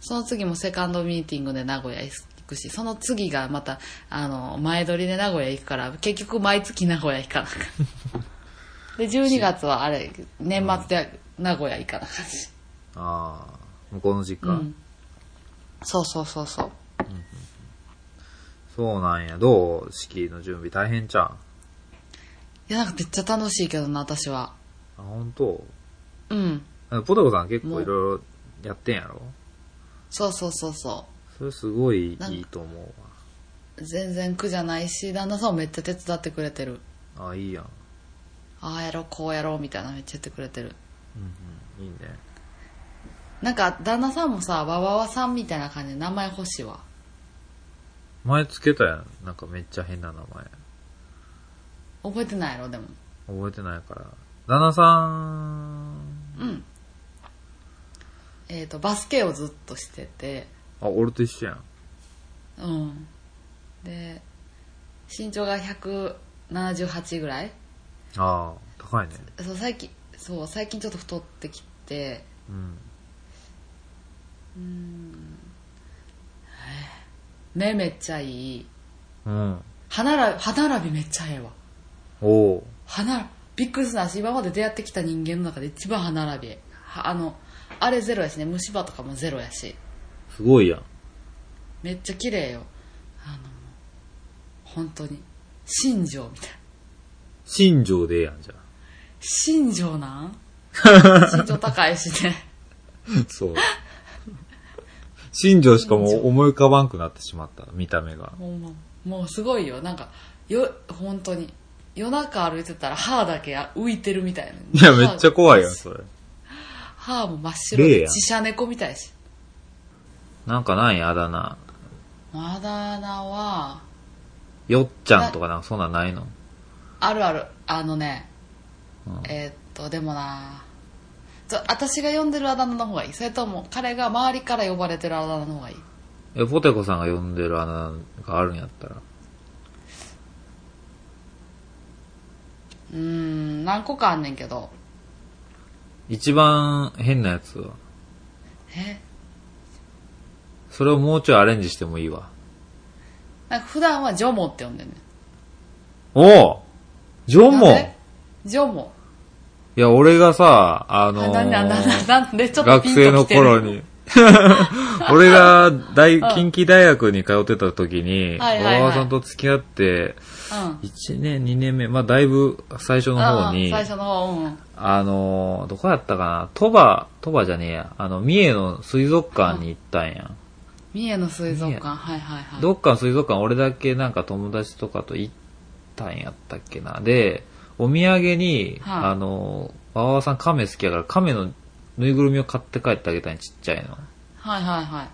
その次もセカンドミーティングで名古屋行くし、その次がまた、あの、前撮りで名古屋行くから、結局毎月名古屋行かなあかん。で、12月はあれ、年末で名古屋行かなあかんし。ああ、向こうの実う家、ん。そうそうそうそう。そうなんや。どう式の準備大変じゃん。あ、いや、なんかめっちゃ楽しいけどな、私は。ほんとうん。あポテコさん結構いろいろやってんやろそうそうそうそそれすごいなんかいいと思うう。全然苦じゃないし、旦那さんもめっちゃ手伝ってくれてる。わ。ああ、いいやん。ああやろう、こうやろう、みたいなのめっちゃ言ってくれてる。うんうん、いいね。なんか、旦那さんもさ、わわわさんみたいな感じで名前欲しいわ。前つけたやん。なんかめっちゃ変な名前。覚えてないやろ、でも。覚えてないから。旦那さん、うん。えっ、と、バスケをずっとしてて、あ、俺と一緒やん。うん。で、身長が178ぐらいああ、高いね。そう、最近、そう、最近ちょっと太ってきて、うん。目めっちゃいい。うん。歯並び、歯並びめっちゃええわ。おお歯並び、びっくりするなし、今まで出会ってきた人間の中で一番歯並びええ。はあの、あれゼロやしね、虫歯とかもゼロやし。すごいやん。めっちゃ綺麗よ。あの、本当に。新庄みたいな。新庄でええやんじゃん。新庄なん身長高いしね。 そう。新庄しかもう思い浮かばんくなってしまった、見た目が。もう、もうもうすごいよ。なんか、よ、本当に。夜中歩いてたら歯だけ浮いてるみたいな。いや、めっちゃ怖いやん、それ。歯も真っ白霊で、やん自社猫みたいし。なんかないあだ名。あだ名は、よっちゃんとかなんかそんなんないのあるある。あのね、うんえーっと、でもなちょ私が呼んでるあだ名の方がいい。それとも、彼が周りから呼ばれてるあだ名の方がいい。え、ポテコさんが呼んでるあだ名があるんやったら。うーん、何個かあんねんけど。一番変なやつは。えそれをもうちょいアレンジしてもいいわ。なんか普段はジョモって呼んでんねん。おおジョンなもんでジョモ。いや、俺がさ、あのあなんでなんでなんでなんでちょっと学ピン生のときてる頃。 に。俺が大、近畿大学に通ってた時に、はいはいはい小川さんと付き合って、うん。 1年、2年目、まあだいぶ最初の方うんうんに、最初の方、うん。あの、どこやったかな、鳥羽、鳥羽じゃねえや、あの、三重の水族館に行ったんや。三重の水族館。はいはいはい。どっかの水族館俺だけなんか友達とかと行ったんやったっけな。で、お土産に、はいあの、わわわさん亀好きやから亀のぬいぐるみを買って帰ってあげたんやちっちゃいの。はいはいは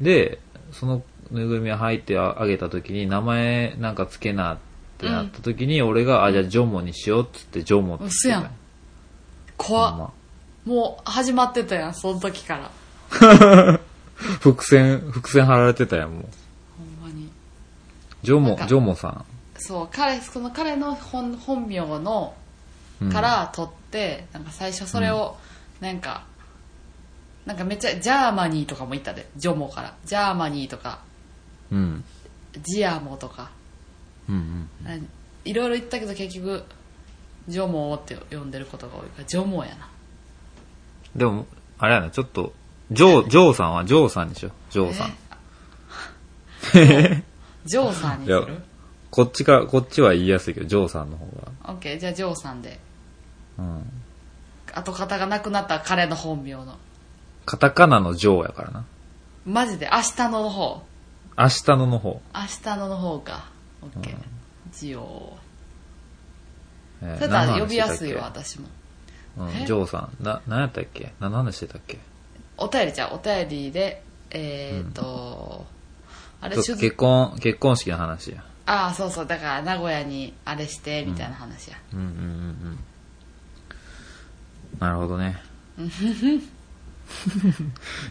い。で、そのぬいぐるみを履いてあげた時に名前なんかつけなってなった時に、俺が、あ、じゃあジョモにしようっつってジョモって言ってた。嘘やん怖っ、ほんまもう始まってたやん、その時から。伏線、伏線張られてたやん、もう。ほんまに。ジョなモん、かジョモさそう、彼、その彼の本本名の、ん。うんから取って、なんか最初それを、なんか、なんかめっちゃ、ジャーマニーとかも言ったで、ジョモから。ジャーマニーとか、うん。ジアモとか、うんうん。いろいろ言ったけど結局、ジョモって呼んでることが多いから、ジョモやな。でも、あれやな、ちょっと、ジョー、ジョーさんはジョーさんでしょジョーさん。 えジョーさんにするいやこっちから、こっちは言いやすいけど、ジョーさんの方が。オッケーじゃあジョーさんで。うん。跡形がなくなった彼の本名の。カタカナのジョーやからな。マジで、明日のの方。明日のの方。明日のの方か。オッケージオえーー。それ何の話だ、呼びやすいしてわ、たっ私も。けうえん、ジョーさん。な、何やったっけ何の話してたっけお便りじゃあ、お便りで、えーと、あれ、ちょっと結手術婚、結婚式の話や。ああ、そうそう、だから名古屋にあれして、みたいな話や。 うんうんうんうん。なるほどね。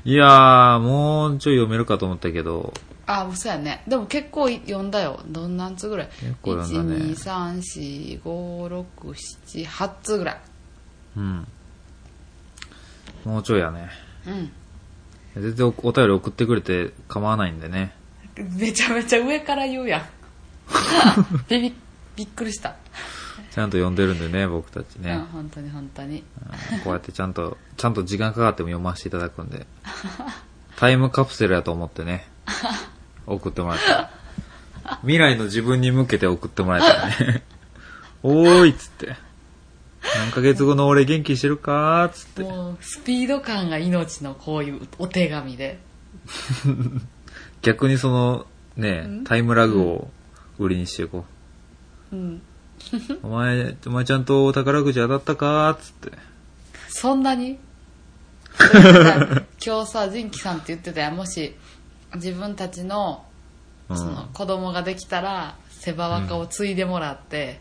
いやー、もうちょい読めるかと思ったけど、ああそうやねでも結構い読んだよどんなんつぐらい結構読んだね1234567つぐらいうん。もうちょいやね。うん全然おお便り送ってくれて構わないんでね。めちゃめちゃ上から言うやん ビビびっくりした、ちゃんと読んでるんでね、僕たちうんね。本当に本当にうんこうやってちゃんと、 ちゃんと時間かかっても読ませていただくん で。タイムカプセルやと思ってね。送ってもらった。未来の自分に向けて送ってもらえたら ね。おーいっつって。何ヶ月後の俺元気してるかーっつって。もうスピード感が命のこういうお手紙で逆にその、ねうん、タイムラグを売りにしていこう。うんお前、お前ちゃんと宝くじ当たったかーっつって。そん なにでもさ今日さ仁キさんって言ってたやんもし自分たちのうんその子供ができたらセバワカを継いでも らって、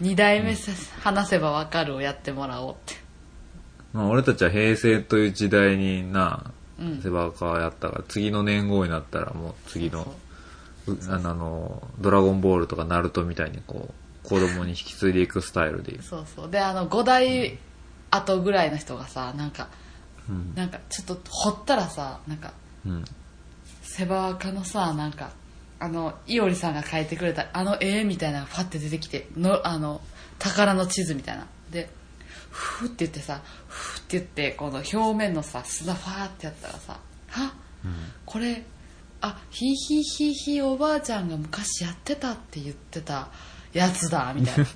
二代目せ話せばわかるをやってもらおうってまあ俺たちは平成という時代にな、うんセバカやったから、次の年号になったらもう次の、うあのあの、ドラゴンボールとかナルトみたいにこう、子供に引き継いでいくスタイルでいい。そうそうであの5代後ぐらいの人がさなんかうん。なんかちょっと掘ったらさなんかうん。セバワカのさなんかあのいおりさんが描いてくれたあの絵みたいなのがファって出てきてのあの宝の地図みたいなでふーって言ってさふーって言ってこの表面のさ砂ファーってやったらさはこれあひいひいひいひいおばあちゃんが昔やってたって言ってたやつだみたいな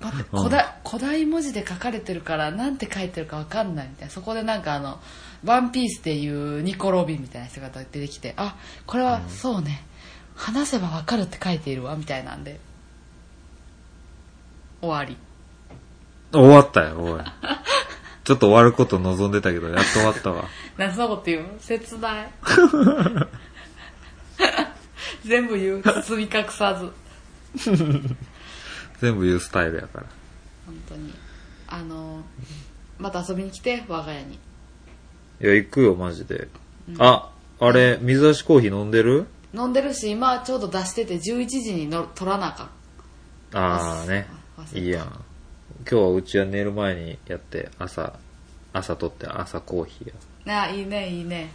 待って古代古代文字で書かれてるからなんて書いてるかわかんないみたいなそこでなんかあの「ワンピースでいうニコ・ロビンみたいな人が出てきてあこれはそうね、話せばわかるって書いているわみたいなんで終わり終わったよ、 おい。ちょっと終わること望んでたけど、やっと終わったわ。何そのこと言う切ない 全部言う包み隠さず全部言うスタイルやから。本当にあのまた遊びに来て我が家にいや、行くよ、マジで。あ、あれ、水出しコーヒー飲んでる飲んでるし今ちょうど出してて11時にの取らなあかんああね忘。れたいいやん。今日はうちは寝る前にやって、朝、朝取って朝コーヒーや。なあいいねいいね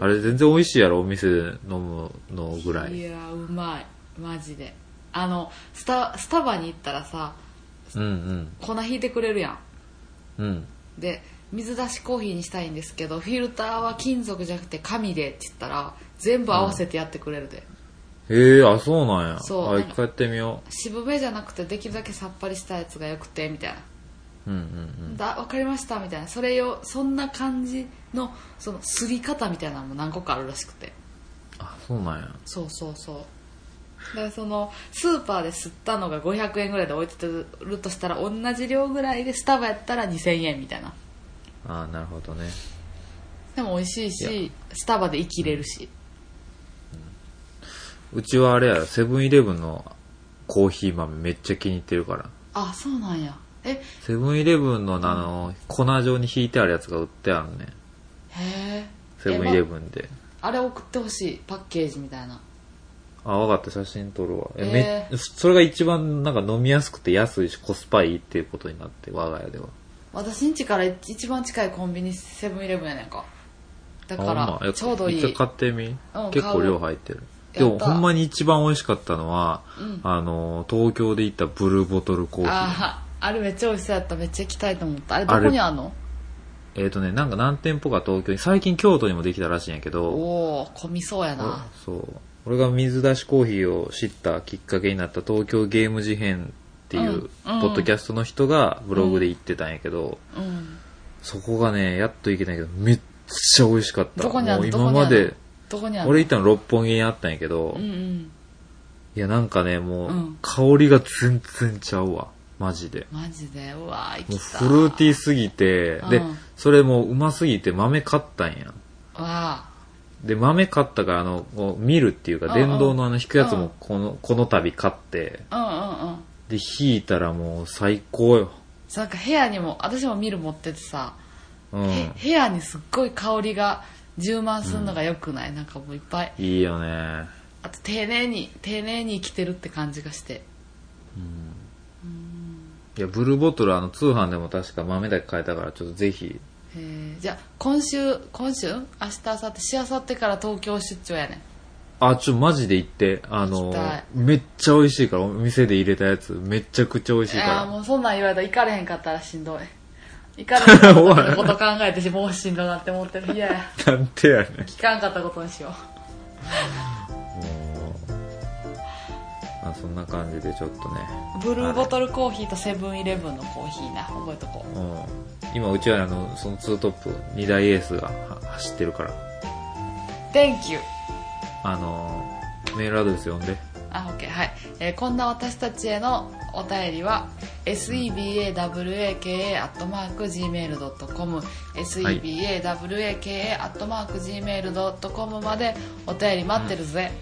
あれ全然美味しいやろ、お店で飲むのぐらいい。やーうまいマジであのスタスタバに行ったらさうんうん。粉引いてくれるやんうん。で水出しコーヒーにしたいんですけどフィルターは金属じゃなくて紙でって言ったら全部合わせてやってくれるで、へえあ、そうなんや。そうあ、一回やってみよ渋めじゃなくてできるだけさっぱりしたやつがよくてみたいなう。うんうんだ分かりましたみたいなそれよそんな感じのそのすり方みたいなのも何個かあるらしくてあ、そうなんや。そうそうそうでそのスーパーで吸ったのが500円ぐらいで置いてるとしたら同じ量ぐらいでスタバやったら2000円みたいなあなるほどね。でも美味しいしスタバで生きれるし、うちはあれやろ、セブンイレブンのコーヒー豆めっちゃ気に入ってるから。あそうなんやえセブンイレブンのあの、粉状に引いてあるやつが売ってあるね。へえセブンイレブンで。あれ送ってほしいパッケージみたいなあ、わかった、写真撮るわ。ええーめそれが一番なんか飲みやすくて安いしコスパいいっていうことになって、我が家では。私ん家から一一番近いコンビニセブンイレブンやねんかだかあほんまやらちょうどい一回い買ってみ、結構量入ってる。で買おもうほんまに一番美味しかったのは、うんあの、東京で行ったブルーボトルコーヒー。あーあれめっちゃ美味しそうやっためっちゃ行きたいと思ったあれどこにあんのえっ、とね、なんか何店舗か東京に、最近京都にもできたらしいんやけど、おお混みそうやなそう。俺が水出しコーヒーを知ったきっかけになった東京ゲーム事変っていう、うんポッドキャストの人がブログで言ってたんやけど、うんそこがね、やっと行けないけど、めっちゃ美味しかった。どこにあるもうど今こにあるまで、どこにある俺行ったの六本木にあったんやけど、うんうんいや、なんかね、もう、うん香りが全然ちゃうわ。マジで。マジでうわー行もうきフたルーティーすぎて、うんで、それもううますぎて豆買ったんや。ーわで、豆買ったから、あの、こう見るっていううんか、うん電動のあの、引くやつうんもこの、この度買って、ーうんうんうんで、引いたらもう最高よ。なんか部屋にも私もミル持っててさ、うん。へ部屋にすっごい香りが充満するのが良くない、なんかもういっぱいいいよね。あと丁寧に丁寧に生きてるって感じがしていや、ブルーボトル、あの、通販でも確か豆だけ買えたから、ちょっとぜひ。へーじゃあ今週今週明日明後日しあさってから東京出張やねんあ、ちょ、マジで行って。あ行のきたい、めっちゃ美味しいから、お店で入れたやつ、めちゃくちゃ美味しいいやかもうそんなん言われたら行かれへんかったらし んどい行かれへんかったことのこと考えてしもうしんどなって思ってる嫌やら。なんてやねん。聞かんかったことにしよもう、まあ、そんな感じでちょっとね。うブルーボトルコーヒーとセブンイレブンのコーヒーな覚えとこううん。今、うちはあの、そのツートップ、二大エースがは走ってるから、 Thank you あの、メールアドレス読んで。あ、OK、はい。えーこんな私たちへのお便りは、sebawaka.gmail.com、sebawaka.gmail.com までお便り待ってるぜ。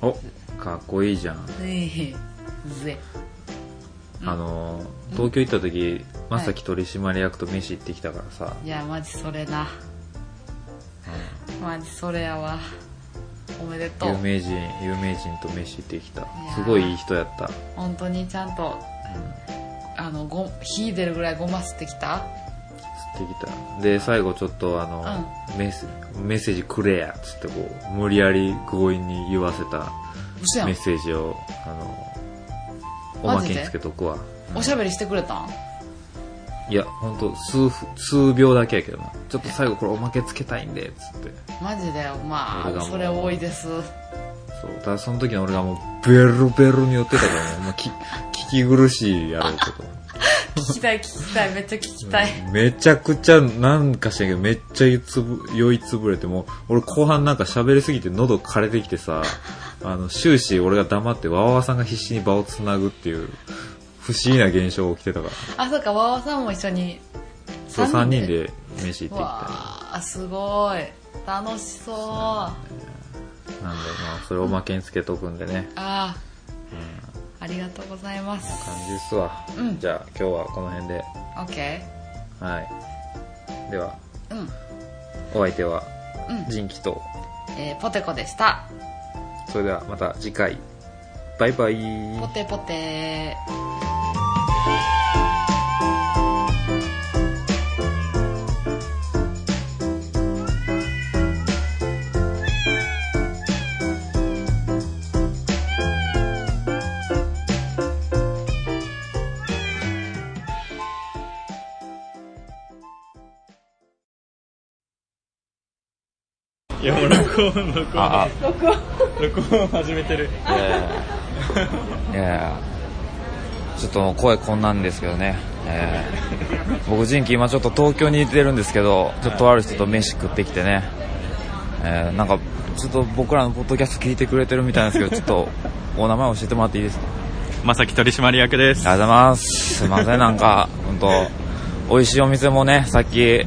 お、かっこいいじゃん。ぜ、ぜ。あの、東京行った時、まさき取締役と飯行ってきたからさ、いや、マジそれな。マジそれやわ。おめでと有う。名人、有名人と飯行ってきたー。すごいいい人やった。本当にちゃんと、あの、ご、火出るぐらいごま吸ってきた吸ってきた。で、最後ちょっとあの、メッセメッセージくれや、つってこう、無理やり強引に言わせた。嘘やメッん。セージを、あの、おマまジけでにつけとくわ。おしゃべりしてくれたんいや、ほんと、数分、数秒だけやけどな。ちょっと最後これおまけつけたいんで、つって。マジで、ま俺があ、もうそれ多いです。そう。ただその時の俺がもう、ベロベロに寄ってたからね、もうき、聞き苦しいやろうけど。聞きたい聞き たいめっちゃ聞きたい、めちゃくちゃ、なんかしないけど、めっちゃ酔いつぶ、酔いつぶれて、もう、俺後半なんか喋りすぎて喉枯れてきて さ、あの、終始俺が黙って、わわわさんが必死に場を繋ぐっていう、不思議な現象が起きてたから。あそうかわわさんも一緒にそう、3三人で飯行ってきた。わあすごい楽しそうあなんで、まあ、それをおまけにつけとくんでね。あありがとうございます感じっすわ。うんじゃあ、今日はこの辺で。 OK はい。では、うんお相手は、うん人気と、えーポテコでしたそれではまた次回。バイバイ。ポテポテいやもう録音録音あ、録音始めてるあ、いやいやいやいやちょっともう声こんなんですけどね。え ー、僕、人気今ちょっと東京にいてるんですけど、ちょっとある人と飯食ってきてね。えー、なんか、ちょっと僕らのポッドキャスト聞いてくれてるみたいなんですけど、ちょっと、お名前教えてもらっていいですかまさき取締役ですありがとうございます。すいません、なんか、本当美味しいお店もね、さっき、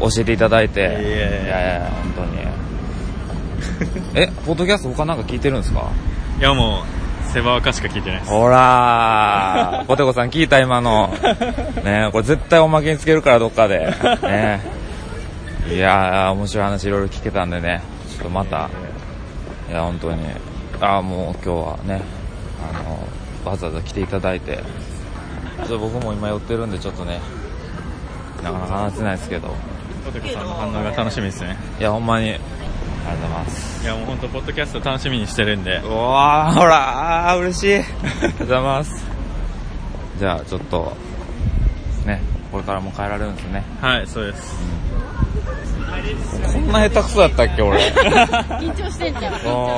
教えていただいて。いいえいえやいや、本当に。え、ポッドキャスト他なんか聞いてるんですかいやもうセバワカしか聞いてないですほらー、ポテコさん聞いた今の。ねこれ絶対おまけにつけるから、どっかで。ねいやー、面白い話いろいろ聞けたんでね、ちょっとまた、いや、本当に、あーもう今日はね、あの、わざわざ来ていただいて、ちょっと僕も今寄ってるんで、ちょっとね、なかなか話せないですけど、ポテコさんの反応が楽しみですねいや、ほんまに、ありがとうございます。いやもう本当ポッドキャスト楽しみにしてるんでうわー、ほら、あー嬉しい。ありがとうございます。じゃあ、ちょっと、ね、これからも帰られるんですね。はいそうですこんな 下手くそやったっけ、俺。緊張してんじゃん。こ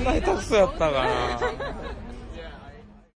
んな下手くそやったかな。